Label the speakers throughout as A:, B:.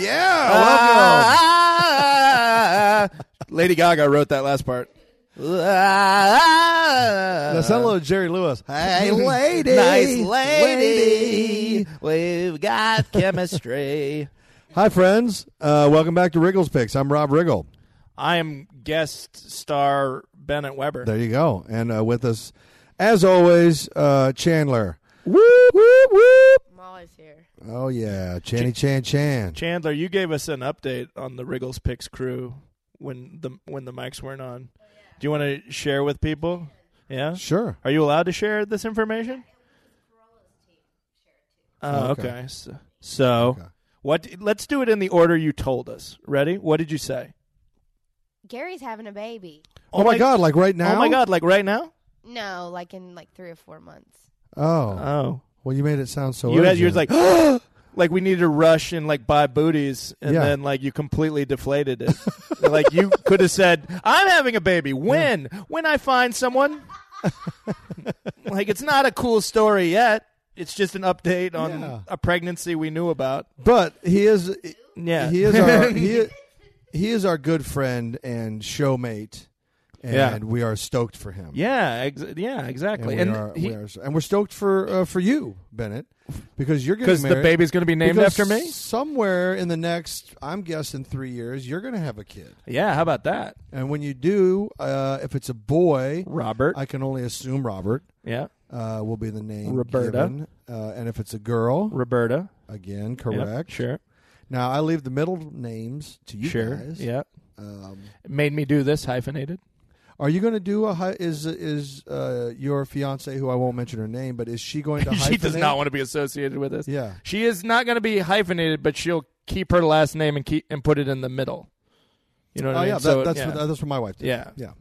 A: Yeah, welcome. Lady Gaga wrote that last part.
B: That sounded like Jerry Lewis.
A: Ah. Hey, lady.
B: Nice lady.
A: We've got chemistry.
B: Hi, friends. Uh, welcome back to Wriggles Picks. I'm Rob Riggle.
C: I am guest star Bennett Weber.
B: There you go. And uh, with us, as always, uh, Chandler. Whoop, whoop, whoop.
D: I'm always here.
B: Oh, yeah. Channy Chan Chan.
C: Chandler, you gave us an update on the Wriggles Picks crew when the when the mics weren't on. Do you want to share with people? Yeah.
B: Sure.
C: Are you allowed to share this information? Oh,
B: Okay.
C: okay. So, so what? Let's do it in the order you told us. Ready? What did you say?
D: Gary's having a baby.
B: Oh, my God. Like right now?
C: Oh my God! Like right now?
D: No, like in like three or four months.
B: Oh.
C: Oh,
B: well, you made it sound so
C: you had you
B: urgent.
C: was like, like we needed to rush and like buy booties, and
B: Yeah.
C: then like you completely deflated it. like you could have said, "I'm having a baby when when I find someone." like it's not a cool story yet. It's just an update on
B: Yeah.
C: a pregnancy we knew about.
B: But he is.
C: Yeah,
B: He is our he, is- he is our good friend and showmate, and
C: Yeah.
B: we are stoked for him.
C: yeah, ex- yeah,
B: and we,
C: exactly.
B: are,
C: he-
B: we are, and we're stoked for uh, for you, Bennett, because you're getting
C: because
B: married.
C: the baby's going to be named
B: because
C: after me.
B: Somewhere in the next, I'm guessing three years, you're going to have a kid,
C: Yeah, how about that,
B: and when you do, uh, if it's a boy,
C: Robert?
B: I can only assume Robert
C: yeah,
B: uh, will be the name
C: Roberta.
B: given. Uh, and if it's a girl,
C: Roberta.
B: again,
C: Yeah,
B: correct.
C: sure.
B: Now I leave the middle names to you
C: sure.
B: guys.
C: Yeah.
B: Um,
C: Made me do this hyphenated.
B: Are you going to do a hy- is is uh, your fiance who I won't mention her name, but is she going to?
C: she does
B: hyphenate?
C: not want to be associated with this.
B: Yeah.
C: She is not going to be hyphenated, but she'll keep her last name and keep and put it in the middle. You know
B: Oh
C: what I mean?
B: yeah, that,
C: So,
B: that's
C: yeah.
B: What, that's what my wife did.
C: Yeah.
B: yeah,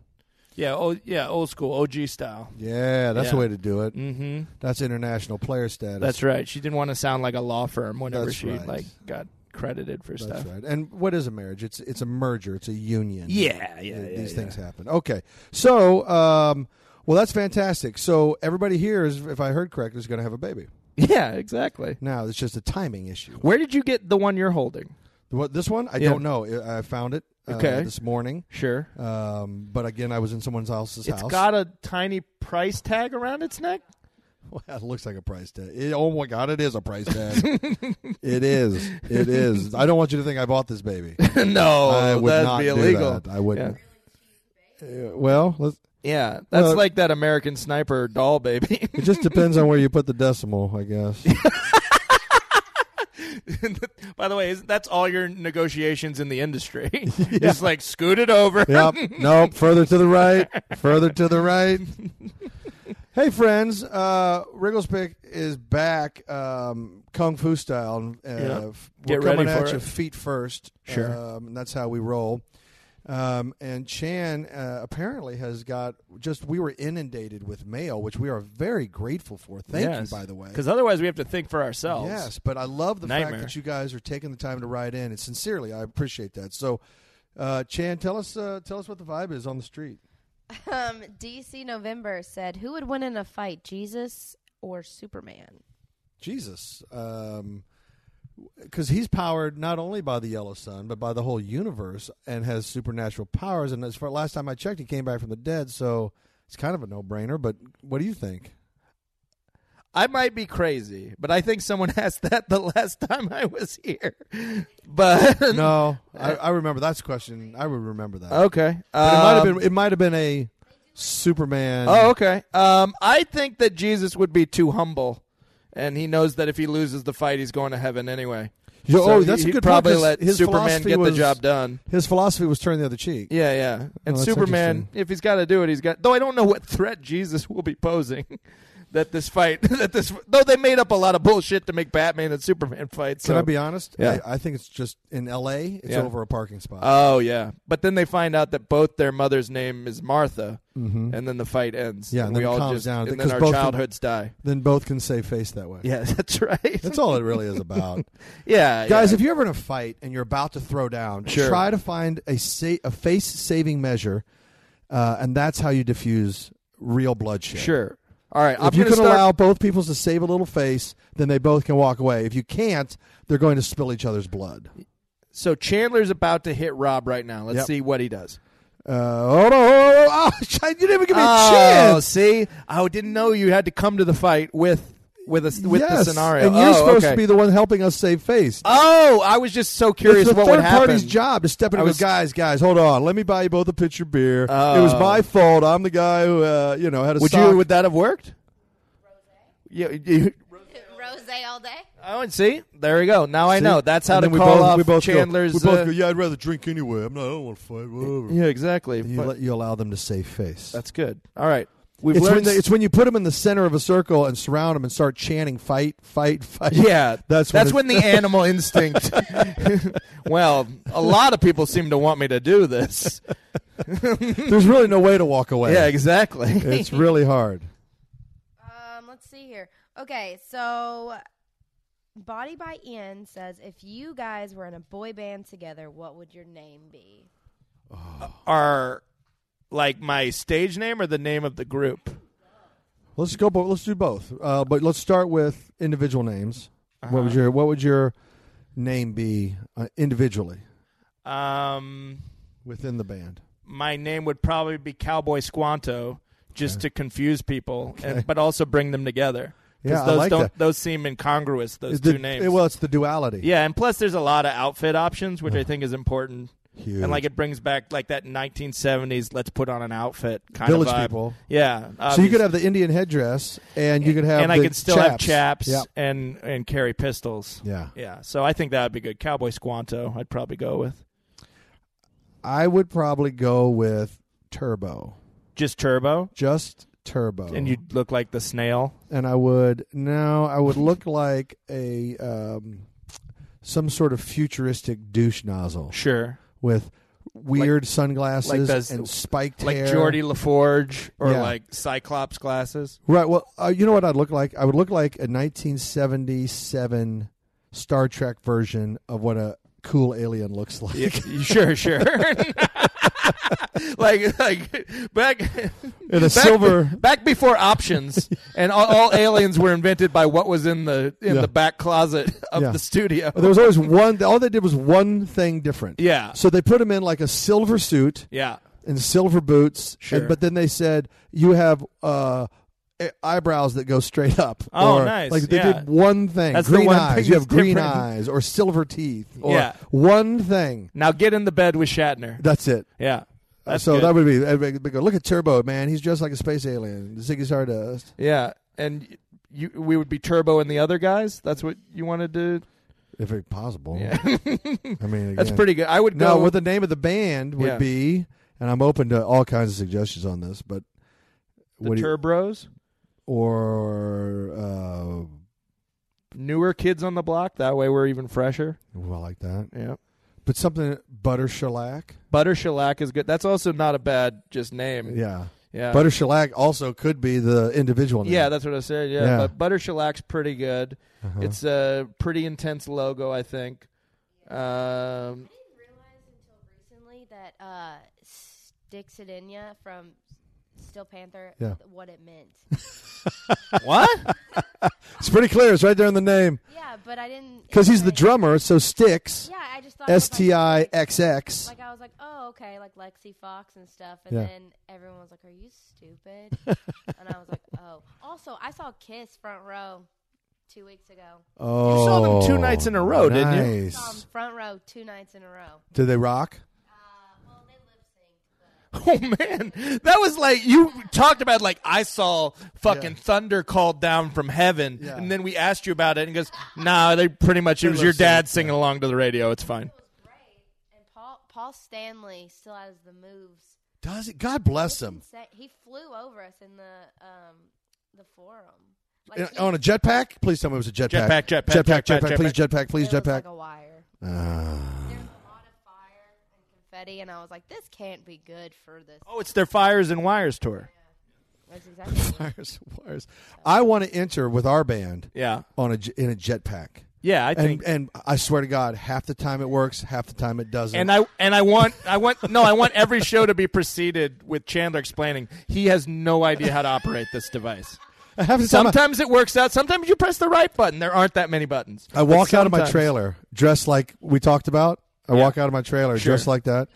C: yeah, oh, yeah, old school, OG style.
B: yeah. That's the
C: Yeah.
B: way to do it.
C: Mm-hmm.
B: That's international player status.
C: That's right. She didn't want to sound like a law firm whenever
B: That's
C: she
B: right.
C: like got credited for
B: That's
C: stuff.
B: right. And what is a marriage? It's it's a merger. It's a union.
C: Yeah, yeah,
B: Uh,
C: yeah,
B: These
C: yeah.
B: things happen. Okay, so um, well, that's fantastic. So everybody here is, if I heard correct, is going to have a baby.
C: Yeah, exactly.
B: Now it's just a timing issue.
C: Where did you get the one you're holding?
B: What this one? I
C: Yeah.
B: don't know. I I found it uh,
C: Okay.
B: this morning.
C: Sure.
B: Um, but again, I was in someone else's
C: It's
B: house.
C: got a tiny price tag around its neck.
B: Well, it looks like a price tag. It- oh my god, it is a price tag. it is. It is. I don't want you to think I bought this baby.
C: no,
B: I would
C: Oh, that'd
B: not
C: be
B: do
C: illegal.
B: that. I wouldn't. Uh, well, let's,
C: Yeah, that's
B: Well-
C: like that American Sniper doll baby.
B: it just depends on where you put the decimal, I guess.
C: By the way, is- that's all your negotiations in the industry. It's like scoot it over.
B: yep. Nope. Further to the right. Further to the right. Hey friends, uh, Wriggles Pick is back, um, kung fu style. and, Uh,
C: Yeah.
B: f-
C: Get
B: we're coming
C: ready
B: at
C: for
B: you
C: it.
B: feet first.
C: Sure.
B: um, and that's how we roll. Um, and Chan uh, apparently has got just we were inundated with mail, which we are very grateful for. Thank you, by the way.
C: Because otherwise, we have to think for ourselves.
B: Yes, but I love the fact
C: Nightmare.
B: that you guys are taking the time to write in, and sincerely, I appreciate that. So, uh, Chan, tell us uh, tell us what the vibe is on the street.
D: Um, DC November said, "Who would win in a fight, Jesus or Superman?"
B: Jesus, because he's powered not only by the yellow sun but by the whole universe, and has supernatural powers. And as far last time I checked, he came back from the dead, so it's kind of a no brainer. But what do you think?
C: I might be crazy, but I think someone asked that the last time I was here. But
B: No, I, I remember that's the question. I would remember that.
C: okay,
B: But it might have
C: Um,
B: been it might have been a Superman.
C: Oh, okay. Um, I think that Jesus would be too humble, and he knows that if he loses the fight, he's going to heaven anyway.
B: Yo,
C: So
B: oh, that's
C: he-
B: a good
C: he'd probably
B: point, 'cause
C: let
B: his
C: Superman
B: philosophy
C: get
B: was-
C: the job done.
B: His philosophy was turn the other cheek.
C: Yeah, yeah. And
B: Oh, that's
C: Superman,
B: interesting.
C: if he's got to do it, he's got. Though I don't know what threat Jesus will be posing. That this fight, that this though they made up a lot of bullshit to make Batman and Superman fight. So
B: Can I be honest?
C: Yeah.
B: I, I think it's just in L.A. It's
C: Yeah.
B: over a parking spot.
C: Oh yeah, but then they find out that both their mother's name is Martha, and then the fight ends.
B: Mm-hmm. Yeah, and
C: and
B: then
C: we
B: it
C: all
B: calms
C: just
B: down,
C: and then
B: because
C: our
B: both-
C: childhoods die.
B: then both can save face that way.
C: Yeah, that's right.
B: That's all it really is about.
C: yeah,
B: Guys,
C: yeah.
B: if you're ever in a fight and you're about to throw down,
C: Sure.
B: try to find a sa- a face saving measure, uh, and that's how you diffuse real bloodshed.
C: sure. All right,
B: If
C: I'm
B: you
C: gonna
B: can
C: start.
B: allow both peoples to save a little face, then they both can walk away. If you can't, they're going to spill each other's blood.
C: so Chandler's about to hit Rob right now. Let's
B: Yep.
C: see what he does.
B: Uh, oh, no, oh, oh, oh, you didn't even give me a
C: Oh,
B: chance.
C: see, I didn't know you had to come to the fight with with a with
B: yes.
C: the scenario.
B: And you're
C: Oh,
B: supposed
C: okay.
B: to be the one helping us save face.
C: Oh, I was just so curious
B: it's the
C: what
B: third
C: would happen.
B: party's job to step in
C: I
B: and
C: was-
B: go, guys, guys, hold on. Let me buy you both a pitcher of beer. It was my fault. I'm the guy who, uh, you know, had a
C: Oh. Would
B: sock.
C: you? Would that have worked? Yeah, you,
D: Rose all day.
C: Oh, and see, there we go. Now I
B: See?
C: know. That's how
B: And
C: to
B: then we
C: call
B: both-
C: off
B: we both go-
C: Chandler's.
B: we both
C: uh,
B: go, yeah, I'd rather drink anyway. I'm not, I don't want to fight. Whatever.
C: yeah, exactly.
B: You,
C: But
B: let, you allow them to save face.
C: that's good. All right, we've
B: it's when,
C: learned.
B: they, it's when you put them in the center of a circle and surround them and start chanting "fight, fight, fight."
C: yeah,
B: that's
C: that's
B: when
C: when the animal instinct. well, a lot of people seem to want me to do this.
B: There's really no way to walk away.
C: Yeah, exactly.
B: it's really hard.
D: Um, let's see here. Okay, so Body by Ian says if you guys were in a boy band together, what would your name be?
C: Are like my stage name or the name of the group?
B: Let's go. Bo- let's do both. Uh, but let's start with individual names. What
C: Uh-huh.
B: would your What would your name be uh, individually
C: Um,
B: within the band?
C: my name would probably be Cowboy Squanto, just to confuse people, and, but also bring them together. 'Cause
B: Yeah, I
C: those
B: like
C: don't
B: that.
C: those seem incongruous. Those
B: The- eh,
C: two names.
B: Well, it's the duality.
C: yeah, and plus there's a lot of outfit options, which I think is important.
B: Huge.
C: And like it brings back like that 1970s. Let's put on an outfit kind
B: Village
C: of vibe.
B: people.
C: Yeah,
B: So you
C: obviously.
B: could have the Indian headdress, and you could have
C: uh, and I
B: the
C: could still have
B: chaps.
C: chaps
B: Yeah.
C: and and carry pistols.
B: Yeah.
C: yeah. So I think that would be good. Cowboy Squanto, I'd probably go with
B: I would probably go with turbo,
C: just Turbo,
B: just turbo.
C: and you would look like the snail.
B: and I would no, I would look like a um, some sort of futuristic douche nozzle
C: Sure.
B: with weird sunglasses
C: like those-
B: and spiked
C: like
B: hair.
C: Geordie LaForge or
B: Yeah.
C: like Cyclops glasses.
B: Right. Well, uh, you know what I'd look like? I would look like a 1977 Star Trek version of what a cool alien looks like.
C: sure, sure. like like back
B: In a
C: back-
B: silver-
C: back before options and all, all aliens were invented by what was in the in
B: Yeah.
C: the back closet of
B: Yeah.
C: the studio.
B: There was always one. All they did was one thing different.
C: Yeah.
B: So they put him in like a silver suit
C: Yeah.
B: and silver boots.
C: Sure.
B: And, but then they said you have uh, e- eyebrows that go straight up.
C: Oh,
B: or,
C: nice.
B: Like they
C: Yeah.
B: did one thing.
C: That's the
B: green
C: one
B: eyes.
C: thing
B: you have
C: that's
B: green
C: different.
B: eyes or silver teeth. Or
C: Yeah.
B: One thing.
C: Now get in the bed with Shatner.
B: That's it.
C: Yeah. That's
B: so
C: good.
B: that would be. everybody would go, Look at Turbo, man. He's dressed like a space alien. Ziggy Stardust.
C: Yeah. And you, we would be Turbo and the other guys. That's what you wanted to.
B: If it's possible.
C: Yeah.
B: I mean,
C: That's
B: again.
C: pretty good. I would
B: No,
C: go.
B: what the name of the band would
C: Yeah.
B: be, and I'm open to all kinds of suggestions on this, but
C: the
B: what do you-
C: Turbros,
B: or uh,
C: newer kids on the block. That way we're even fresher.
B: well, like that,
C: Yeah.
B: but something butter shellac.
C: Butter Shellac is good. That's also not a bad just name.
B: Yeah,
C: Yeah.
B: butter shellac also could be the individual. Name.
C: Uh, yeah, that's what I said. Yeah.
B: Yeah. Uh-huh.
C: But Butter Shellac's pretty good. It's a pretty intense logo, I think. Um,
D: I didn't realize until recently that uh, Dixidinia from Still Panther,
B: Yeah.
D: what it meant.
C: what?
B: it's pretty clear. It's right there in the name
D: yeah, but I didn't.
B: because he's the
D: I-
B: drummer. So sticks,
D: Yeah, I just thought. it was
B: S T I
D: Like,
B: X X.
D: like I was like, oh, okay, like Lexi Fox and stuff, and
B: Yeah.
D: then everyone was like, "Are you stupid?" and I was like, "Oh." Also, I saw Kiss front row two weeks ago.
B: Oh,
C: You saw them two nights in a row, didn't you?
D: Saw 'em
B: Nice.
D: front row two nights in a row.
B: Did they rock?
D: Uh, well, they lip synced.
C: Oh man, that was like you talked about like I saw fucking thunder called down from heaven,
B: Yeah.
C: and then we asked you about it, and he goes, "Nah, they pretty much it was
B: love
C: your
B: singing,
C: dad singing along to the radio. It's fine."
D: Great. And Paul Paul Stanley still has the moves.
B: Does it? God bless him.
D: Sa- He flew over us in the um the forum. Like
B: And-
D: he-
B: On a jetpack? Please tell me it was a jetpack.
C: Jetpack, jetpack,
B: jetpack,
C: jetpack,
B: jetpack. Please jetpack, please
D: it looked
B: jetpack.
D: like a wire.
B: Ah.
D: There's a lot of fire and confetti, and I was like, "This can't be good for this."
C: Oh, it's their fires and wires tour.
D: That's exactly.
B: Wires, wires. I want to enter with our band
C: Yeah,
B: on a j- in a jetpack.
C: yeah, I think.
B: And and I swear to God, half the time it works, half the time it doesn't.
C: And I and I want I want no I want every show to be preceded with Chandler explaining he has no idea how to operate this device.
B: half the time I-
C: Sometimes it works out. Sometimes you press the right button. There aren't that many buttons.
B: I walk
C: But
B: out of my
C: sometimes-
B: trailer dressed like we talked about. I walk out of my trailer
C: Sure.
B: dressed like that.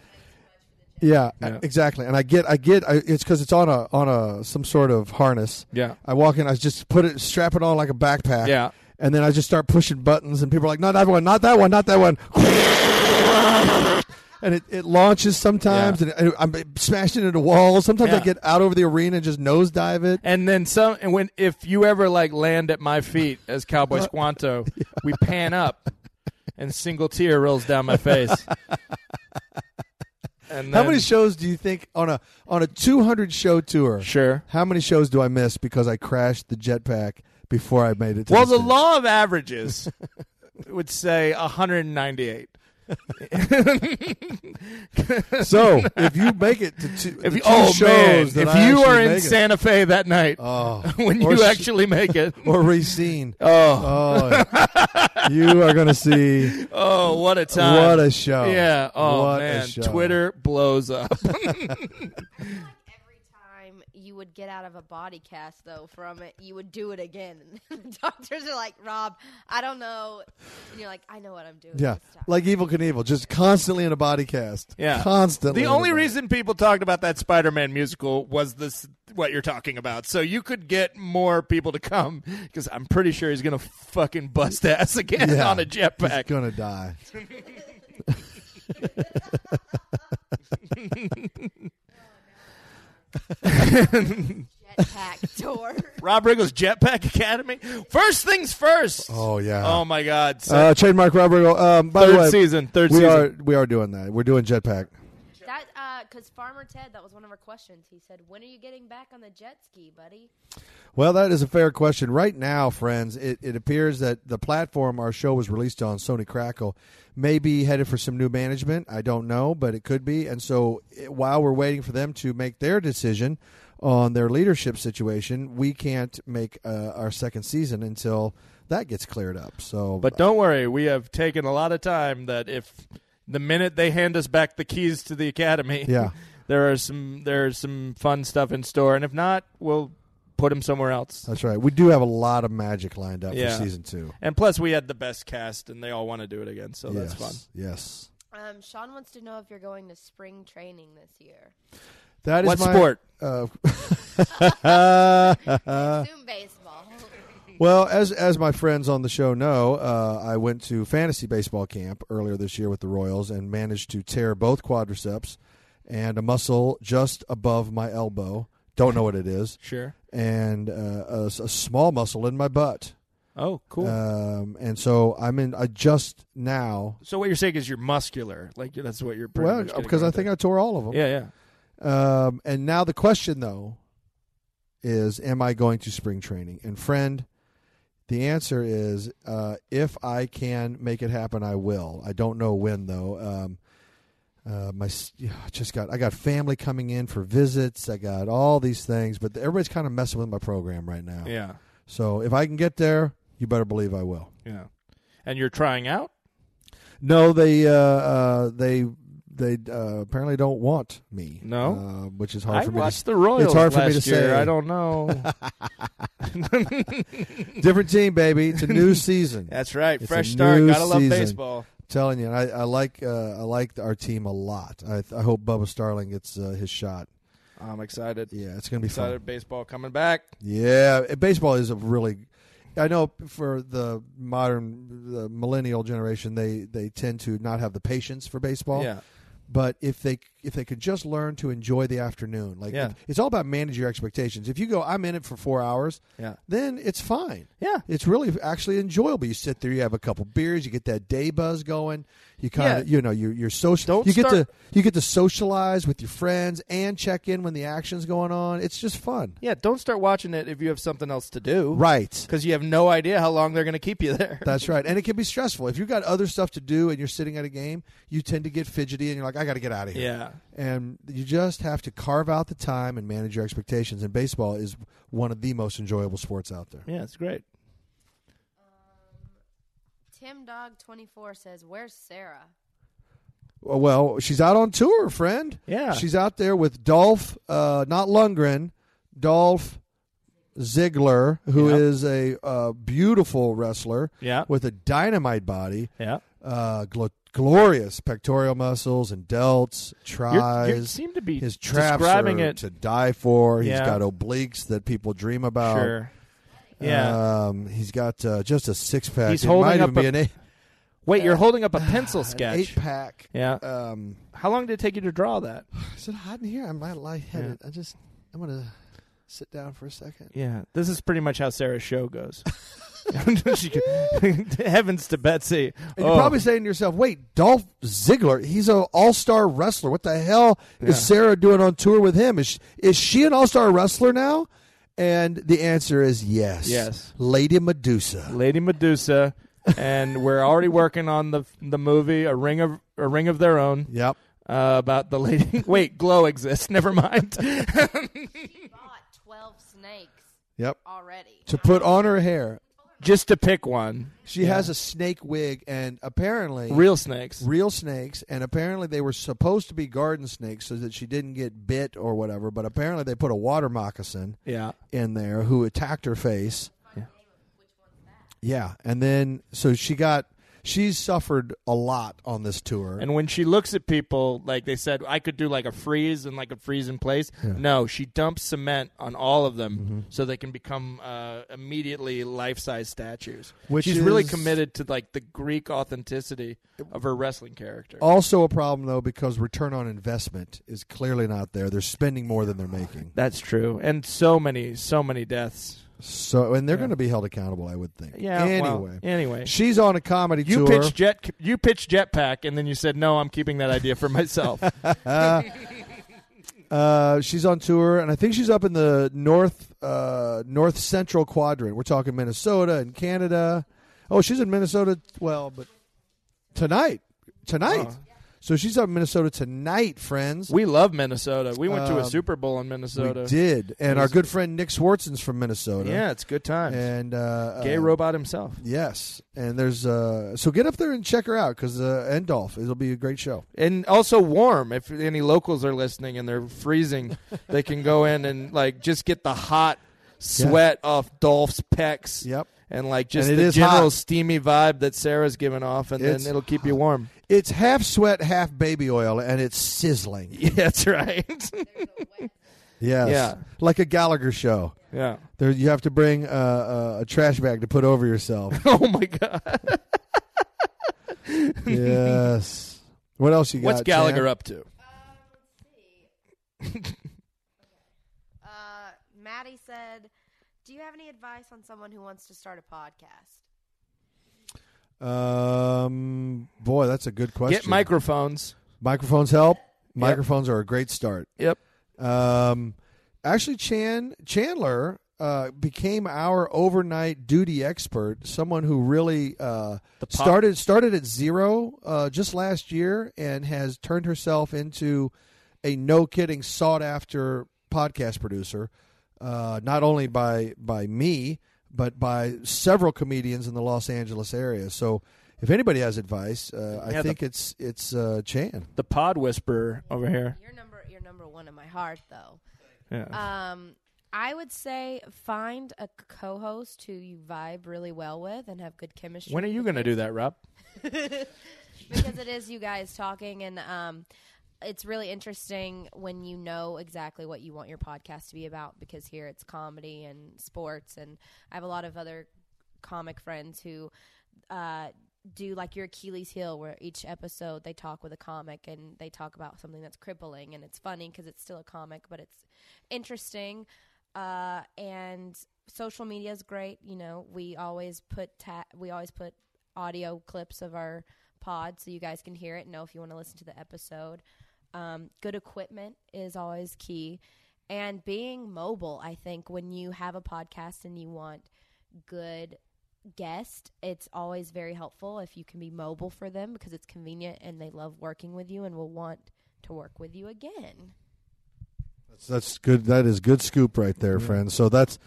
B: Yeah,
C: Yeah.
B: exactly. And I get, I get, I, it's because it's on a on a some sort of harness.
C: Yeah.
B: I walk in, I just put it, strap it on like a backpack.
C: Yeah.
B: and then I just start pushing buttons, and people are like, "Not that one, not that one, not that one." And it, it launches sometimes,
C: Yeah.
B: and I- I'm smashing into walls. Sometimes I
C: Yeah.
B: get out over the arena and just nosedive it.
C: And then some. And when if you ever like land at my feet as Cowboy Squanto, we pan up, and a single tear rolls down my face. And
B: How
C: then-
B: many shows do you think on a on a 200 show tour?
C: Sure.
B: How many shows do I miss because I crashed the jetpack before I made it? To
C: Well,
B: the
C: the
B: stage?
C: law of averages would say 198.
B: So if you make it to two,
C: If
B: the
C: you,
B: two
C: oh
B: shows
C: man, if
B: that I
C: you are
B: actually
C: in
B: make it-
C: Santa Fe that night,
B: oh,
C: when
B: or
C: you
B: sh-
C: actually make it,
B: or Racine,
C: oh,
B: oh, you are going to see
C: oh, what a time!
B: what a show!
C: yeah, oh
B: What a
C: man,
B: show.
C: Twitter blows up.
D: like every time you would get out of a body cast though from it, you would do it again. And the doctors are like, "Rob, I don't know," and you're like, "I know what I'm doing."
B: Yeah,
D: this time."
B: like Evil Knievel, just constantly in a body cast.
C: Yeah.
B: constantly.
C: the
B: in a
C: only
B: body-
C: reason people talked about that Spider-Man musical was this what you're talking about, so you could get more people to come because I'm pretty sure he's gonna fucking bust ass again
B: Yeah.
C: on a
B: he's
C: jetpack.
B: gonna die.
D: jetpack tour.
C: Rob Riggle's Jetpack Academy. First things first.
B: Oh yeah.
C: Oh my God! So
B: Uh, trademark Rob Riggle. Um, by
C: third
B: the way,
C: season. Third
B: we
C: season.
B: are we are doing that. We're doing jetpack.
D: that because Farmer Ted, that was one of our questions. He said, "When are you getting back on the jet ski, buddy?"
B: Well, that is a fair question. Right now, friends, it, it appears that the platform our show was released on, Sony Crackle, may be headed for some new management. I don't know, but it could be. And so it, while we're waiting for them to make their decision on their leadership situation, we can't make uh, our second season until that gets cleared up. So,
C: But don't worry, we have taken a lot of time. That if the minute they hand us back the keys to the academy,
B: Yeah.
C: there are some there's some fun stuff in store, and if not, we'll put them somewhere else.
B: that's right. We do have a lot of magic lined up
C: Yeah.
B: for season two.
C: And plus, we had the best cast, and they all want to do it again, so that's
B: yes.
C: fun.
B: Yes.
D: Um, Sean wants to know if you're going to spring training this year.
B: That is
C: What
B: my-
C: sport?
B: Uh,
D: Zoom baseball.
B: Well, as as my friends on the show know, uh, I went to fantasy baseball camp earlier this year with the Royals and managed to tear both quadriceps and a muscle just above my elbow. Don't know what it is,
C: Sure.
B: and uh, a, s- a small muscle in my butt.
C: Oh, cool.
B: Um, and so I'm in. I just now.
C: so what you're saying is you're muscular, like that's what you're. Pretty
B: Well,
C: much getting
B: because I
C: at
B: think
C: there.
B: I tore all of them.
C: yeah, yeah.
B: Um, and now the question, though, is am I going to spring training? And friend, the answer is uh, if I can make it happen, I will. I don't know when though. Um, uh, my s- yeah, I just got I got family coming in for visits. I got all these things, but everybody's kind of messing with my program right now.
C: Yeah,
B: So if I can get there, you better believe I will.
C: yeah. And you're trying out.
B: No, they uh, uh, they they uh, apparently don't want me.
C: No?
B: uh, which is hard
C: I
B: for me. to
C: watched the Royals.
B: it's hard for me
C: last
B: to
C: year.
B: say.
C: I don't know.
B: Different team, baby. It's a new season.
C: That's right.
B: It's
C: Fresh
B: a
C: start.
B: new
C: Gotta love
B: season.
C: baseball.
B: telling you, and I, I like uh, I like our team a lot. I, I hope Bubba Starling gets uh, his shot.
C: I'm excited.
B: Yeah, it's gonna be
C: Excited
B: fun.
C: baseball coming back.
B: Yeah, eh, baseball is a really. I know for the modern the millennial generation, they they tend to not have the patience for baseball.
C: Yeah.
B: But if they if they could just learn to enjoy the afternoon, like
C: Yeah.
B: it- it's all about manage your expectations. If you go, I'm in it for four hours,
C: Yeah.
B: then it's fine.
C: Yeah.
B: it's really actually enjoyable. You sit there, you have a couple beers, you get that day buzz going. You kind of
C: Yeah.
B: you know you're, you're social.
C: Don't
B: you get
C: start-
B: to you get to socialize with your friends and check in when the action's going on. It's just fun,
C: Yeah, don't start watching it if you have something else to do.
B: right?
C: Because you have no idea how long they're going to keep you there.
B: That's right. And it can be stressful. If you've got other stuff to do and you're sitting at a game, you tend to get fidgety and you're like, I got to get out of here.
C: Yeah.
B: And you just have to carve out the time and manage your expectations. And baseball is one of the most enjoyable sports out there.
C: yeah, it's great.
D: Tim Dog twenty four says, "Where's Sarah?"
B: Uh, Well, she's out on tour, friend.
C: Yeah.
B: She's out there with Dolph, uh, not Lundgren, Dolph Ziggler, who
C: Yeah.
B: is a uh, beautiful wrestler
C: Yeah.
B: with a dynamite body.
C: Yeah.
B: uh, gl- glorious pectoral muscles and delts, tries.
C: seem to be
B: his traps
C: describing
B: are
C: it-
B: to die for. He's
C: Yeah.
B: got obliques that people dream about.
C: Sure. Yeah.
B: Um, he's got uh, just a six pack.
C: He's
B: it
C: holding
B: might
C: up
B: even be
C: a
B: an eight,
C: Wait, you're holding up a pencil sketch.
B: eight pack.
C: yeah.
B: Um,
C: how long did it take you to draw that?
B: is it hot in here? I'm not lightheaded. I just I'm gonna sit down for a second.
C: Yeah. This is pretty much how Sarah's show goes. She go- Heavens to Betsy. Oh.
B: And you're probably saying to yourself, "Wait, Dolph Ziggler, he's an all-star wrestler. What the hell
C: Yeah.
B: is Sarah doing on tour with him? Is she, is she an all-star wrestler now?" And the answer is yes.
C: Yes.
B: Lady Medusa.
C: Oh, Lady Medusa, and we're already working on the the movie A Ring of A Ring of Their Own
B: Yep.
C: uh, about the lady. Wait, Glow exists. Never mind.
D: She bought twelve snakes
B: Yep.
D: already.
B: To put on her hair,
C: Just to pick one,
B: she has a snake wig, and apparently
C: real snakes.
B: real snakes. And apparently they were supposed to be garden snakes so that she didn't get bit or whatever. But apparently they put a water moccasin.
C: Yeah.
B: in there who attacked her face. Yeah, and then so she got she's suffered a lot on this tour.
C: And when she looks at people, like they said, I could do like a freeze and like a freeze in place. No, she dumps cement on all of them so they can become uh, immediately life size statues.
B: Which
C: She's really
B: is-
C: committed to like the Greek authenticity of her wrestling character.
B: also a problem though because return on investment is clearly not there. They're spending more than they're making.
C: That's true. And so many, so many deaths.
B: So and they're going to be held accountable, I would think.
C: Yeah. well,
B: Anyway,
C: anyway,
B: she's on a comedy
C: you
B: tour.
C: pitched jet. You pitched jetpack, and then you said, "No, I'm keeping that idea for myself."
B: Uh, she's on tour, and I think she's up in the north uh, north central quadrant. We're talking Minnesota and Canada. Oh, she's in Minnesota. Well, but tonight, tonight.
C: Oh.
B: So she's up in Minnesota tonight, friends.
C: we love Minnesota. We went to a
B: Um,
C: Super Bowl in Minnesota.
B: We did, and
C: It
B: our
C: was-
B: good friend Nick Swartzen's from Minnesota.
C: Yeah, it's good times.
B: and uh,
C: Gay
B: uh,
C: robot himself.
B: Yes, and there's uh, so get up there and check her out because uh, Endolph. It'll be a great show.
C: and also warm. If any locals are listening and they're freezing, they can go in and like just get the hot sweat off Dolph's pecs.
B: Yep.
C: And like just
B: And it
C: the
B: is
C: general
B: hot.
C: steamy vibe that Sarah's giving off, and
B: It's
C: then it'll keep you warm.
B: It's half sweat, half baby oil, and it's sizzling.
C: Yeah, that's right.
B: Yes,
C: Yeah.
B: like a Gallagher show.
C: yeah.
B: There, you have to bring uh, uh, a trash bag to put over yourself.
C: Oh my God.
B: yes. What else you got?
C: Oh, What's Gallagher up to?
D: Uh, Maddie said, "Do you have any advice on someone who wants to start a podcast?"
B: up? Um, boy, that's a good question.
C: Get microphones.
B: Microphones help. Microphones are a great start.
C: Yep.
B: Um, actually, Chan Chandler uh, became our overnight duty expert. Someone who really uh, started started at zero uh, just last year and has turned herself into a no kidding sought after podcast producer. Uh, not only by by me, but by several comedians in the Los Angeles area. So, if anybody has advice, uh, I
C: Yeah, the-
B: think it's it's uh, Chan.
C: The pod whisperer over here.
D: You're number you're number one in my heart, though.
C: Yeah.
D: Um, I would say find a co-host who you vibe really well with and have good chemistry.
C: when are you going to do that, Rob?
D: because it is you guys talking and um it's really interesting when you know exactly what you want your podcast to be about because here it's comedy and sports and i have a lot of other comic friends who uh do like your Achilles heel, where each episode they talk with a comic and they talk about something that's crippling, and it's funny because it's still a comic, but it's interesting. Uh, and social media is great. You know, we always put ta- we always put audio clips of our pod so you guys can hear it and know if you want to listen to the episode. Um, good equipment is always key, and being mobile. I think when you have a podcast and you want good guest, it's always very helpful if you can be mobile for them because it's convenient and they love working with you and will want to work with you again.
B: That's, that's good. That is good scoop right there, friends. So that's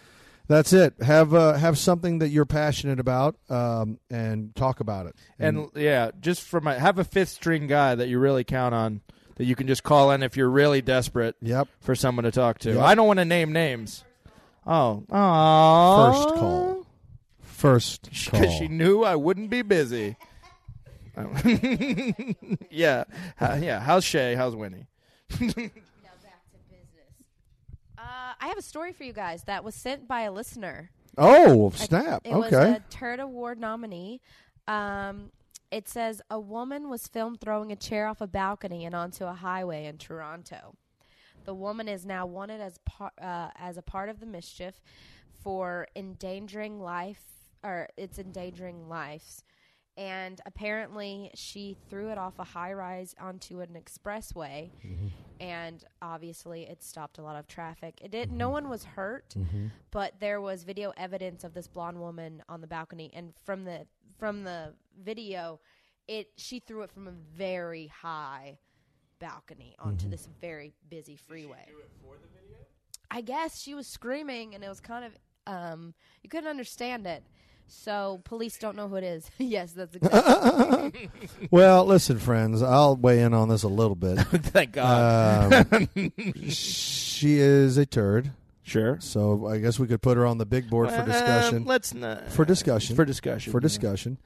B: that's it. Have uh, have something that you're passionate about, um, and talk about it.
C: And yeah, just for my have a fifth string guy that you really count on that you can just call in if you're really desperate
B: yep,
C: for someone to talk to.
B: Yep.
C: I don't want to name names. Oh, oh,
B: first call, first call.
C: because she knew I wouldn't be busy. Oh. yeah, Uh, yeah. How's Shay? How's Winnie?
D: Now back to business. Uh, I have a story for you guys that was sent by a listener.
B: oh snap!
D: It was
B: okay,
D: a Turd Award nominee. Um, it says a woman was filmed throwing a chair off a balcony and onto a highway in Toronto. The woman is now wanted as par- uh, as a part of the mischief for endangering life, or it's endangering lives. And apparently, she threw it off a high rise onto an expressway, and obviously, it stopped a lot of traffic. It did. not No one was hurt, but there was video evidence of this blonde woman on the balcony, and from the from the video, it she threw it from a very high balcony onto this very busy freeway. I guess she was screaming, and it was kind of um, you couldn't understand it. So police don't know who it is. yes, that's exactly.
B: Well, listen, friends, I'll weigh in on this a little bit.
C: Thank God.
B: Um, she is a turd,
C: sure.
B: so I guess we could put her on the big board for discussion.
C: Um, let's not
B: for discussion.
C: For discussion.
B: for discussion.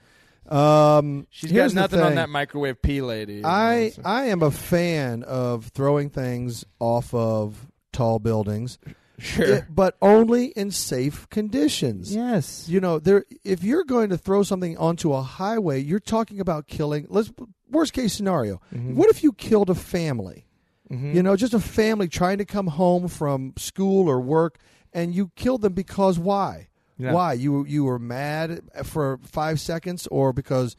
B: Um,
C: She's
B: here's
C: got
B: the
C: nothing on
B: thing.
C: that microwave pea lady.
B: I I am a fan of throwing things off of tall buildings,
C: sure.
B: it- but only in safe conditions.
C: yes.
B: You know, there if you're going to throw something onto a highway, you're talking about killing. Let's worst case scenario.
C: Mm-hmm.
B: What if you killed a family? You know, just a family trying to come home from school or work, and you killed them because why?
C: Yeah.
B: Why you you were mad for five seconds, or because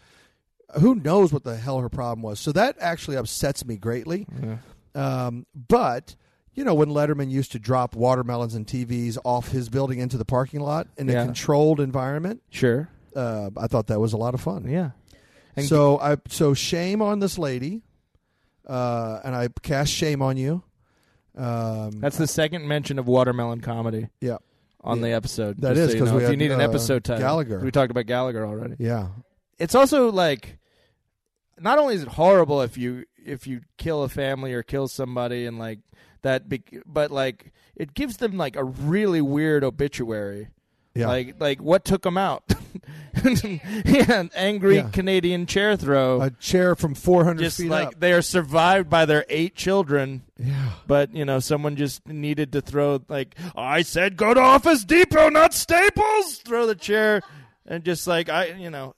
B: who knows what the hell her problem was? So that actually upsets me greatly. Um, but you know, when Letterman used to drop watermelons and TVs off his building into the parking lot in
C: Yeah.
B: a controlled environment,
C: Sure.
B: uh, I thought that was a lot of fun.
C: Yeah. And
B: so I so shame on this lady, uh, and I cast shame on you. Um,
C: That's the second mention of watermelon comedy
B: yeah,
C: on the episode.
B: That
C: just so
B: is,
C: you
B: 'cause
C: know.
B: we
C: if you
B: had,
C: need an
B: uh,
C: episode title.
B: Gallagher.
C: We talked about Gallagher already.
B: yeah.
C: It's also like not only is it horrible if you if you kill a family or kill somebody and like that bec- but like it gives them like a really weird obituary.
B: Yeah.
C: Like like what took them out? yeah, an angry
B: Yeah.
C: Canadian chair throw.
B: a chair from 400
C: just
B: feet
C: like
B: up.
C: they are survived by their eight children.
B: Yeah.
C: But you know, someone just needed to throw like I said, go to Office Depot, not Staples. Throw the chair, and just like I, you know,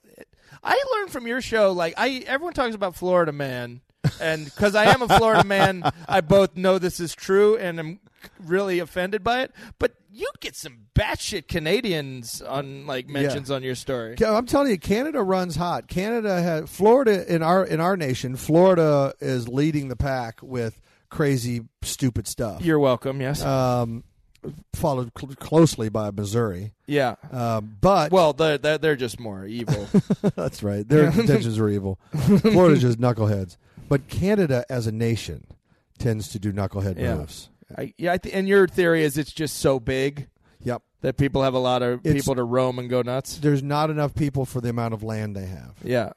C: I learned from your show. Like I, everyone talks about Florida Man, and because I am a Florida man, I both know this is true and I'm really offended by it. But you get some batshit Canadians on like mentions on your story.
B: Yeah, I'm telling you, Canada runs hot. Canada has Florida in our in our nation. Florida is leading the pack with crazy, stupid stuff.
C: You're welcome. Yes.
B: um, followed cl- closely by Missouri,
C: yeah.
B: um, but
C: Well, they're, they're they're just more evil.
B: that's right. Their intentions are evil. Florida's just knuckleheads, but Canada as a nation tends to do knucklehead
C: Yeah.
B: moves.
C: I, yeah, I th- and your theory is it's just so big
B: Yep,
C: that people have a lot of
B: It's-
C: people to roam and go nuts.
B: there's not enough people for the amount of land they have.
C: Yeah,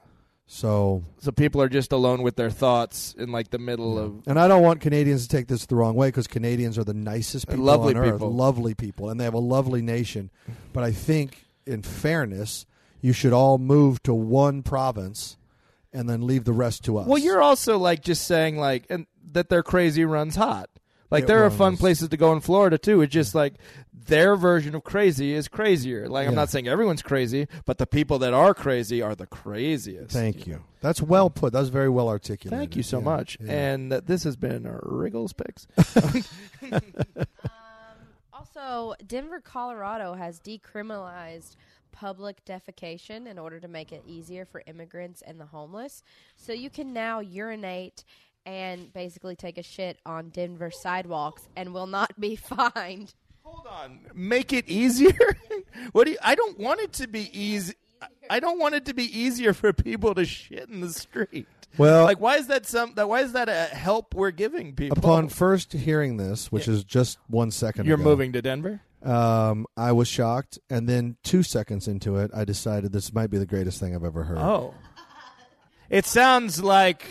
B: So
C: so people are just alone with their thoughts in like the middle of.
B: And I don't want Canadians to take this the wrong way because Canadians are the nicest people
C: Lovely
B: on earth,
C: people.
B: lovely people, and they have a lovely nation. But I think, in fairness, you should all move to one province and then leave the rest to us.
C: Well, you're also like just saying like and that their crazy runs hot. Like
B: It
C: there are fun
B: was.
C: places to go in Florida too. It's just like their version of crazy is crazier. Like I'm
B: Yeah.
C: not saying everyone's crazy, but the people that are crazy are the craziest.
B: Thank you. That's well put. That's very well articulated.
C: Thank you so
B: Yeah,
C: much.
B: yeah.
C: And uh, this has been Wriggles Picks.
D: Also, Denver, Colorado has decriminalized public defecation in order to make it easier for immigrants and the homeless. So you can now urinate and basically take a shit on Denver sidewalks and will not be fined.
C: Hold on. Make it easier? what do you, I don't want it to be easy. I don't want it to be easier for people to shit in the street.
B: Well-
C: like why is that some that why is that a help we're giving people?
B: upon first hearing this, which is just one second,
C: You're
B: ago,
C: moving to Denver?
B: Um, I was shocked, and then two seconds into it, I decided this might be the greatest thing I've ever heard.
C: Oh. It sounds like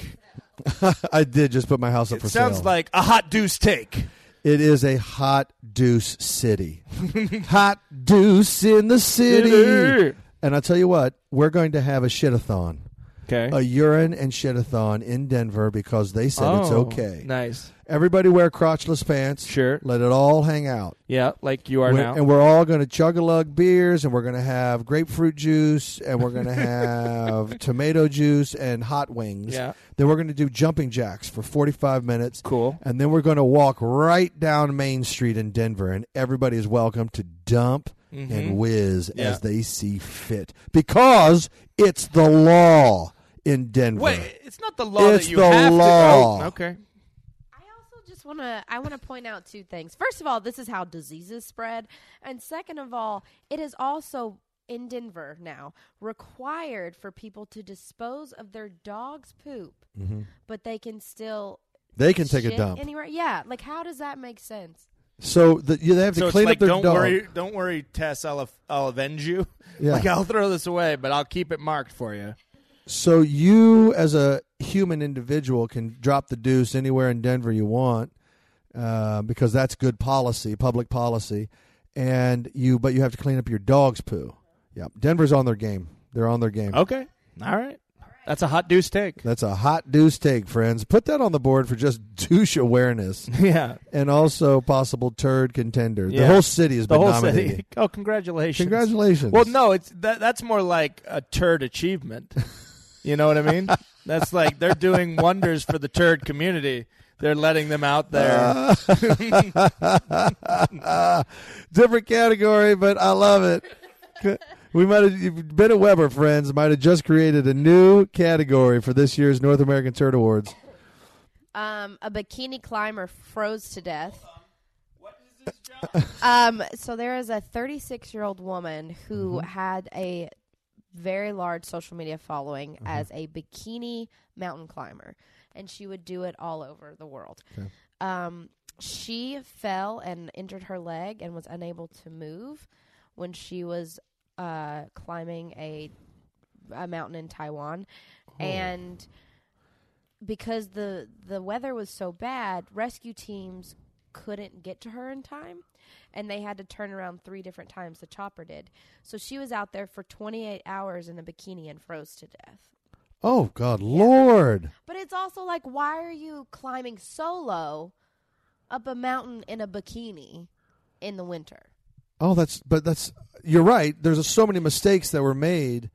B: I did just put my house up
C: it
B: for
C: sounds
B: sale.
C: like a hot deuce take.
B: it is a hot deuce city. hot deuce in the city.
C: City.
B: And I'll tell you what, we're going to have a shitathon,
C: Okay.
B: a urine and shitathon in Denver because they said it's okay.
C: Oh, Nice.
B: Everybody wear crotchless pants.
C: Sure.
B: Let it all hang out.
C: Yeah, like you are
B: We're-
C: now.
B: and we're all going to chug a lug beers, and we're going to have grapefruit juice, and we're going to have tomato juice and hot wings.
C: Yeah.
B: Then we're going to do jumping jacks for 45 minutes.
C: Cool.
B: And then we're going to walk right down Main Street in Denver, and everybody is welcome to dump and whiz
C: Mm-hmm. Yeah.
B: as they see fit because it's the law in Denver.
C: Wait, it's not the law
B: It's
C: that you
B: the
C: have
B: law.
C: to oh, Okay.
D: I also just want to I want to point out two things. First of all, this is how diseases spread, and second of all, it is also in Denver now required for people to dispose of their dog's poop, but they can still
B: Mm-hmm. They can take a
D: shit
B: dump.
D: anywhere. Yeah, like how does that make sense?
B: so the, you, they have to
C: So it's
B: clean
C: like,
B: up their
C: don't
B: dog.
C: worry, don't worry, Tess. I'll I'll avenge you.
B: Yeah.
C: Like I'll throw this away, but I'll keep it marked for you.
B: So you, as a human individual, can drop the deuce anywhere in Denver you want uh, because that's good policy, public policy, and you. But you have to clean up your dog's poo. Yep, Denver's on their game. They're on their game.
C: Okay. All right. That's a hot deuce take.
B: That's a hot deuce take, friends. Put that on the board for just douche awareness
C: yeah.
B: and also possible turd contender. The
C: Yeah.
B: whole city has
C: The
B: been
C: whole
B: nominated.
C: city. Oh, congratulations.
B: Congratulations.
C: Well, no, it's that, that's more like a turd achievement. You know what I mean? that's like they're doing wonders for the turd community. They're letting them out there.
B: Different category, but I love it. We might have Ben and Weber friends might have just created a new category for this year's North American Turd Awards.
D: Um, a bikini climber froze to death. Um, so there is a 36 year old woman who had a very large social media following as a bikini mountain climber, and she would do it all over the world. Um, she fell and injured her leg and was unable to move when she was uh, climbing a a mountain in Taiwan, and because the the weather was so bad, rescue teams couldn't get to her in time, and they had to turn around three different times. The chopper did, so she was out there for 28 hours in a bikini and froze to death.
B: Oh God, Lord!
D: But it's also like, why are you climbing solo up a mountain in a bikini in the winter?
B: Oh, that's but that's you're right. There's so many mistakes that were made,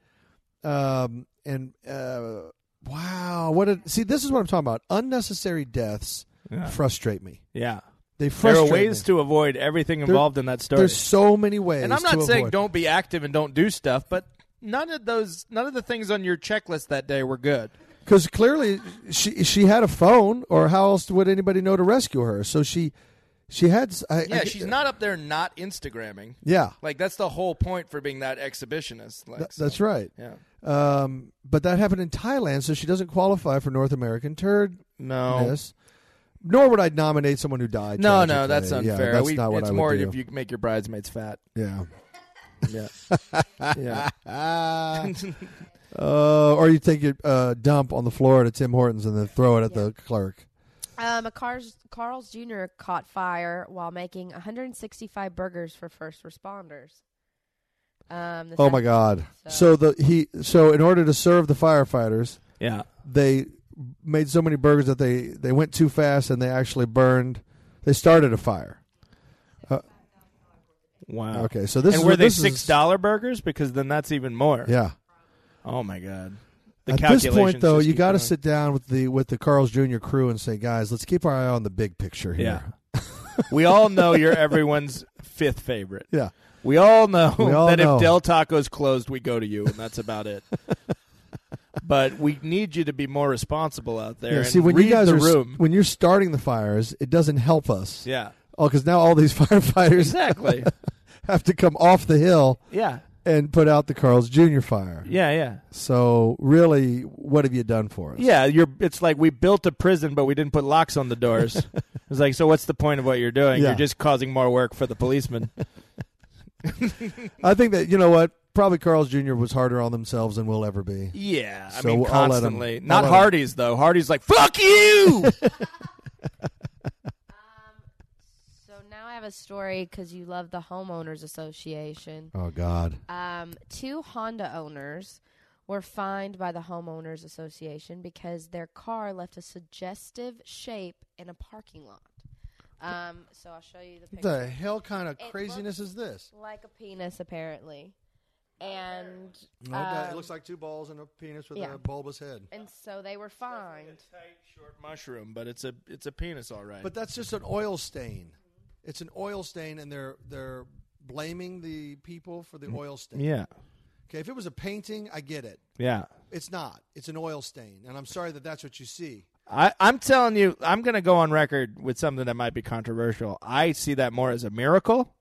B: um, and uh, wow, what? A, see, this is what I'm talking about. Unnecessary deaths frustrate me.
C: yeah.
B: They
C: There
B: frustrate
C: are ways
B: me.
C: to avoid everything involved in that story.
B: There's so many ways.
C: And I'm
B: to
C: not saying
B: avoid.
C: don't be active and don't do stuff, but none of those, none of the things on your checklist that day were good.
B: because clearly she she had a phone, or how else would anybody know to rescue her? So she she had. s- I,
C: Yeah,
B: I-
C: she's not up there not Instagramming.
B: Yeah,
C: Like that's the whole point for being that exhibitionist. Like,
B: Th-
C: so-
B: that's right.
C: Yeah.
B: Um, but that happened in Thailand, so she doesn't qualify for North American turdness.
C: No.
B: Nor would I nominate someone who died.
C: Oh. No, no, that's
B: tragically. Yeah,
C: unfair.
B: that's
C: we,
B: not what
C: it's
B: I would
C: more
B: do.
C: if you make your bridesmaids fat.
B: Yeah.
C: Yeah. yeah.
B: Ah. uh, or you take your uh, dump on the floor at a Tim Hortons and then throw it at the clerk.
D: Um, a Carl's, Carl's Jr. caught fire while making 165 burgers for first responders. Um, the
B: Oh my
D: second-
B: God!
D: So-
B: So the he so in order to serve the firefighters,
C: Yeah.
B: they made so many burgers that they they went too fast and they actually burned They started a fire.
C: Wow.
B: Okay, so this
C: Oh. and
B: is
C: were they
B: this is-
C: six dollar burgers? Because then that's even more.
B: Yeah.
C: Oh my god. The
B: At this point,
C: calculations
B: though,
C: just
B: you
C: keep
B: got to
C: going.
B: sit down with the with the Carl's Jr. crew and say, guys, let's keep our eye on the big picture
C: Yeah.
B: here.
C: we all know you're everyone's fifth favorite.
B: Yeah.
C: We all know
B: We all
C: that
B: know.
C: if Del Taco's closed, we go to you, and that's about it. but we need you to be more responsible out there.
B: Yeah,
C: and
B: see, when
C: read
B: you guys
C: the
B: are s-
C: room,
B: when you're starting the fires, it doesn't help us.
C: yeah,
B: Oh, because now all these firefighters
C: exactly.
B: have to come off the hill
C: yeah,
B: and put out the Carl's Jr. fire.
C: yeah, yeah,
B: So really, what have you done for us?
C: yeah. You're. It's like we built a prison, but we didn't put locks on the doors. it's like, so what's the point of what you're doing?
B: Yeah.
C: You're just causing more work for the policeman.
B: I think that you know what. Probably Carl's Jr. was harder on themselves than we'll ever be.
C: Yeah, I
B: So
C: mean
B: I'll let 'em-
C: constantly.
B: I'll
C: Not
B: let 'em-
C: Hardy's though. Hardy's like fuck you.
D: So now I have a story because you love the homeowners association.
B: Oh God.
D: Um, two Honda owners were fined by the homeowners association because their car left a suggestive shape in a parking lot. Um, so I'll show you the
B: What
D: picture.
B: the hell kind of
D: It
B: craziness is this?
D: Like a penis, apparently, and
B: Oh, God, it looks like two balls and a penis with
D: uh, yeah.
B: a bulbous head.
D: and so they were fined.
C: Short mushroom, but it's a it's a penis, all right.
B: But that's just an oil stain. It's an oil stain, and they're they're blaming the people for the oil stain.
C: yeah,
B: Okay, if it was a painting, I get it.
C: yeah.
B: It's not. It's an oil stain, and I'm sorry that that's what you see.
C: I, I'm telling you, I'm going to go on record with something that might be controversial. I see that more as a miracle.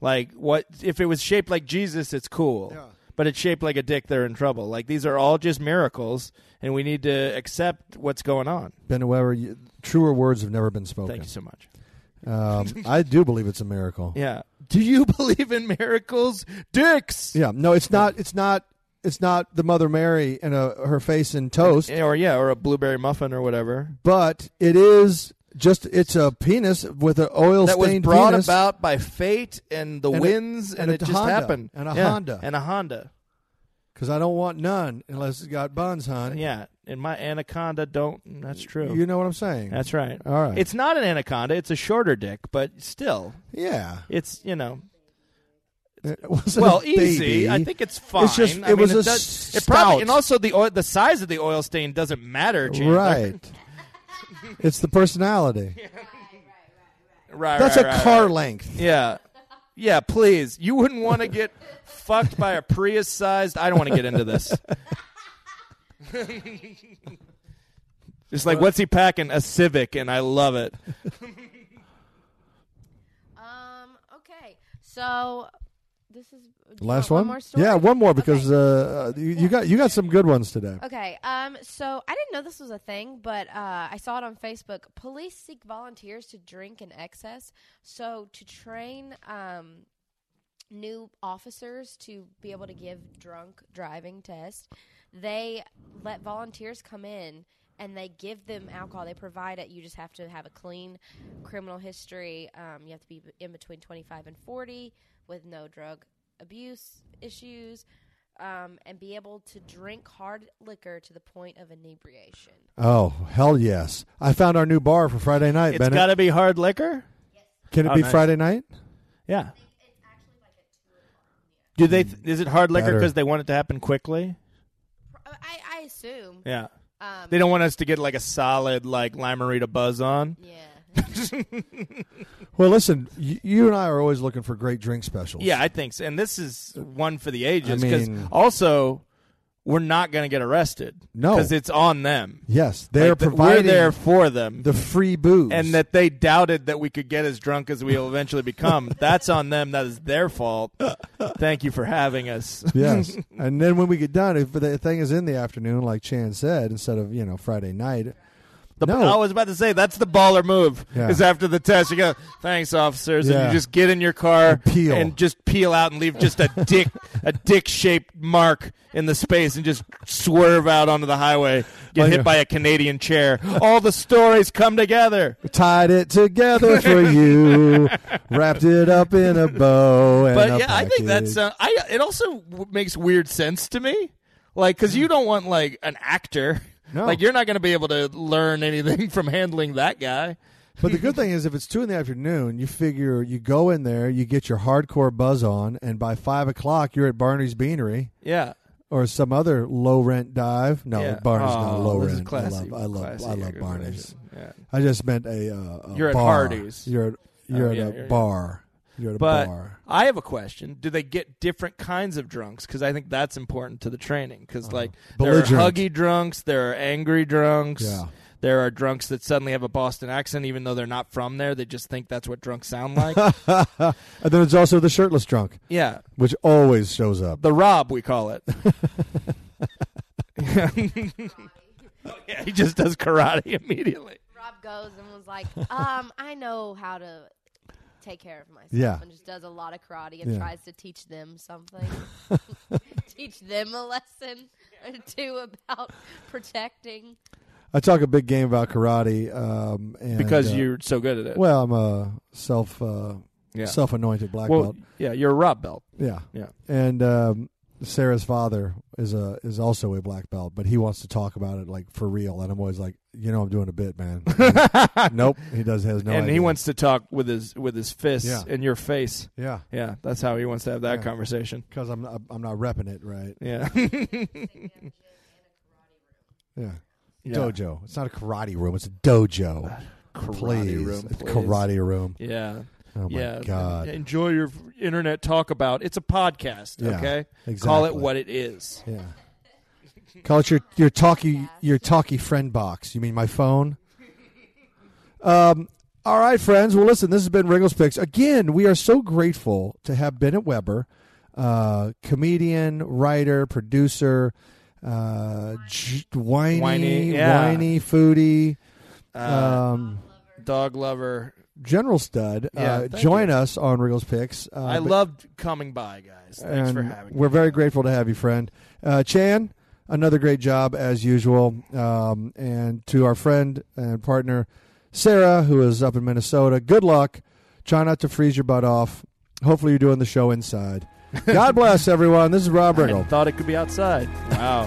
C: Like what if it was shaped like Jesus? It's cool,
B: Yeah.
C: but it's shaped like a dick. They're in trouble. Like these are all just miracles, and we need to accept what's going on.
B: Ben Weber, you, truer words have never been
C: Thank
B: spoken.
C: you so much.
B: Um, I do believe it's a miracle.
C: Yeah. Do you believe in miracles, dicks?
B: Yeah, no, it's not. It's not. It's not the Mother Mary and a, her face in toast,
C: Or yeah, or a blueberry muffin or whatever.
B: but it is just. It's a penis with an oil
C: that was
B: stained
C: brought
B: penis.
C: about by fate and the
B: And a-
C: winds, and,
B: and a
C: it just
B: Honda.
C: happened.
B: And a
C: Yeah.
B: Honda.
C: and a Honda.
B: Because I don't want none unless it's got buns, hon.
C: Yeah, and my anaconda don't. That's true.
B: You know what I'm saying?
C: that's right.
B: All right.
C: It's not an anaconda. It's a shorter dick, but still,
B: yeah.
C: it's you know.
B: It wasn't
C: Well,
B: a
C: easy.
B: baby.
C: I think it's fine.
B: just-
C: I
B: it was
C: mean,
B: a
C: does, it probably,
B: stout.
C: and also the oil, the size of the oil stain doesn't matter. Chandler.
B: right. it's the personality.
C: right.
B: That's
C: right,
B: a
C: right,
B: car
C: right.
B: length.
C: Yeah, yeah. Please, you wouldn't want to get fucked by a Prius-sized. I don't want to get into this. It's like, what's he packing? A Civic, and I love it.
D: Um. Okay. So this is do you
B: Last
D: want
B: one.
D: more story?
B: Yeah, one more because
D: Okay.
B: uh, you, you got you got some good ones today.
D: Okay, Um. So I didn't know this was a thing, but uh, I saw it on Facebook. Police seek volunteers to drink in excess. So to train um, new officers to be able to give drunk driving tests, they let volunteers come in and they give them alcohol. They provide it. You just have to have a clean criminal history. Um, you have to be in between 25 and 40 with no drug abuse issues um, and be able to drink hard liquor to the point of inebriation.
B: Oh hell yes! I found our new bar for Friday night,
C: It's
B: Bennett.
C: got to be hard liquor.
B: Can it
C: Oh,
B: be
C: nice.
B: Friday night?
C: Yeah. Do they? Th- is it hard liquor
B: Hmm. Better.
C: because they want it to happen quickly?
D: I, I assume.
C: Yeah.
D: Um,
C: They don't want us to get like a solid like limerita buzz on.
D: yeah.
B: Well, listen, you, you and I are always looking for great drink specials.
C: Yeah, I think so. And this is one for the ages
B: I
C: because
B: mean-
C: also we're not going to get arrested.
B: No.
C: because it's on them.
B: Yes, they're
C: Like, th-
B: providing
C: we're there for them,
B: the free booze,
C: and that they doubted that we could get as drunk as we'll eventually become. That's on them. That is their fault. Thank you for having us.
B: yes. and then when we get done, if the thing is in the afternoon, like Chan said, instead of you know Friday night,
C: The,
B: No.
C: I was about to say that's the baller move.
B: Oh. Yeah.
C: Is after the test, you go, thanks, officers, and
B: Yeah.
C: you just get in your car
B: And peel.
C: and just peel out and leave just a dick, a dick shaped mark in the space, and just swerve out onto the highway, get
B: On
C: hit
B: your-
C: by a Canadian chair. All the stories come together.
B: tied it together for you, wrapped it up in a bow. And
C: But
B: a
C: yeah, I think that's.
B: package.
C: Uh, I it also w- makes weird sense to me, like because you don't want like an actor.
B: Mm. No.
C: Like you're not going to be able to learn anything from handling that guy.
B: But the good thing is, if it's two in the afternoon, you figure you go in there, you get your hardcore buzz on, and by five o'clock, you're at Barney's Beanery
C: Yeah.
B: or some other low rent dive. No,
C: yeah.
B: Barney's
C: Oh,
B: not low
C: this is
B: rent.
C: Classy,
B: I love, I love,
C: classy
B: I love
C: aggravation.
B: Barney's.
C: Yeah.
B: I just meant a. Uh, a
C: You're at
B: bar.
C: Hardee's.
B: You're at you're
C: Oh,
B: at
C: yeah,
B: a
C: yeah, yeah.
B: bar. You're at a
C: But
B: bar.
C: I have a question. Do they get different kinds of drunks? Because I think that's important to the training. Because like there are
B: Uh-huh. Belligerent.
C: huggy drunks, there are angry drunks,
B: Yeah.
C: there are drunks that suddenly have a Boston accent, even though they're not from there. They just think that's what drunks sound like.
B: And then there's also the shirtless drunk,
C: yeah,
B: which always shows up.
C: the Rob we call it. yeah, he just does karate immediately.
D: Rob goes and was like, um, I know how to take care of myself.
B: Yeah.
D: And just does a lot of karate and
B: Yeah.
D: tries to teach them something. teach them a lesson or two about protecting.
B: I talk a big game about karate um, and,
C: Because
B: uh,
C: you're so good at it.
B: Well, I'm a self uh,
C: yeah.
B: self anointed black
C: well
B: belt.
C: yeah, you're a Rob belt.
B: Yeah,
C: Yeah.
B: And um, Sarah's father is a is also a black belt, but he wants to talk about it like for real, and I'm always like, you know, I'm doing a bit, man. nope, he does has no.
C: and he
B: idea.
C: wants to talk with his with his fists
B: Yeah.
C: in your face.
B: yeah,
C: Yeah, that's how he wants to have that
B: Yeah.
C: conversation.
B: because I'm not, I'm not repping it right.
C: Yeah.
B: Yeah.
C: Yeah. Uh,
B: dojo. It's not a karate room. It's a dojo.
C: Karate
B: please.
C: room,
B: It's
C: please.
B: karate room.
C: Yeah.
B: Oh my
C: yeah.
B: god.
C: Enjoy your f- internet talk about. It's a podcast,
B: Yeah,
C: okay? Call it
B: exactly.
C: what it is.
B: Yeah. Call it your your talkie your talkie friend box. You mean my phone? Um. All right, friends. Well, listen. This has been Wriggles Picks. Again, we are so grateful to have Bennett Weber, uh, comedian, writer, producer, uh, j- whiny,
C: Whiny, yeah.
B: whiny foodie.
C: Uh,
B: um,
C: dog lover.
B: General Stud.
C: Yeah,
B: uh,
C: thank
B: join
C: you.
B: us on Wriggles Picks. Uh,
C: I
B: but-
C: loved coming by, guys. Thanks for
B: and
C: having
B: We're
C: me.
B: very grateful to have you, friend. Uh, Chan, another great job as usual. Um, and to our friend and partner, Sarah, who is up in Minnesota, good luck. Try not to freeze your butt off. Hopefully, you're doing the show inside. God bless everyone. This is Rob
C: I
B: Riggle.
C: thought it could be outside. Wow.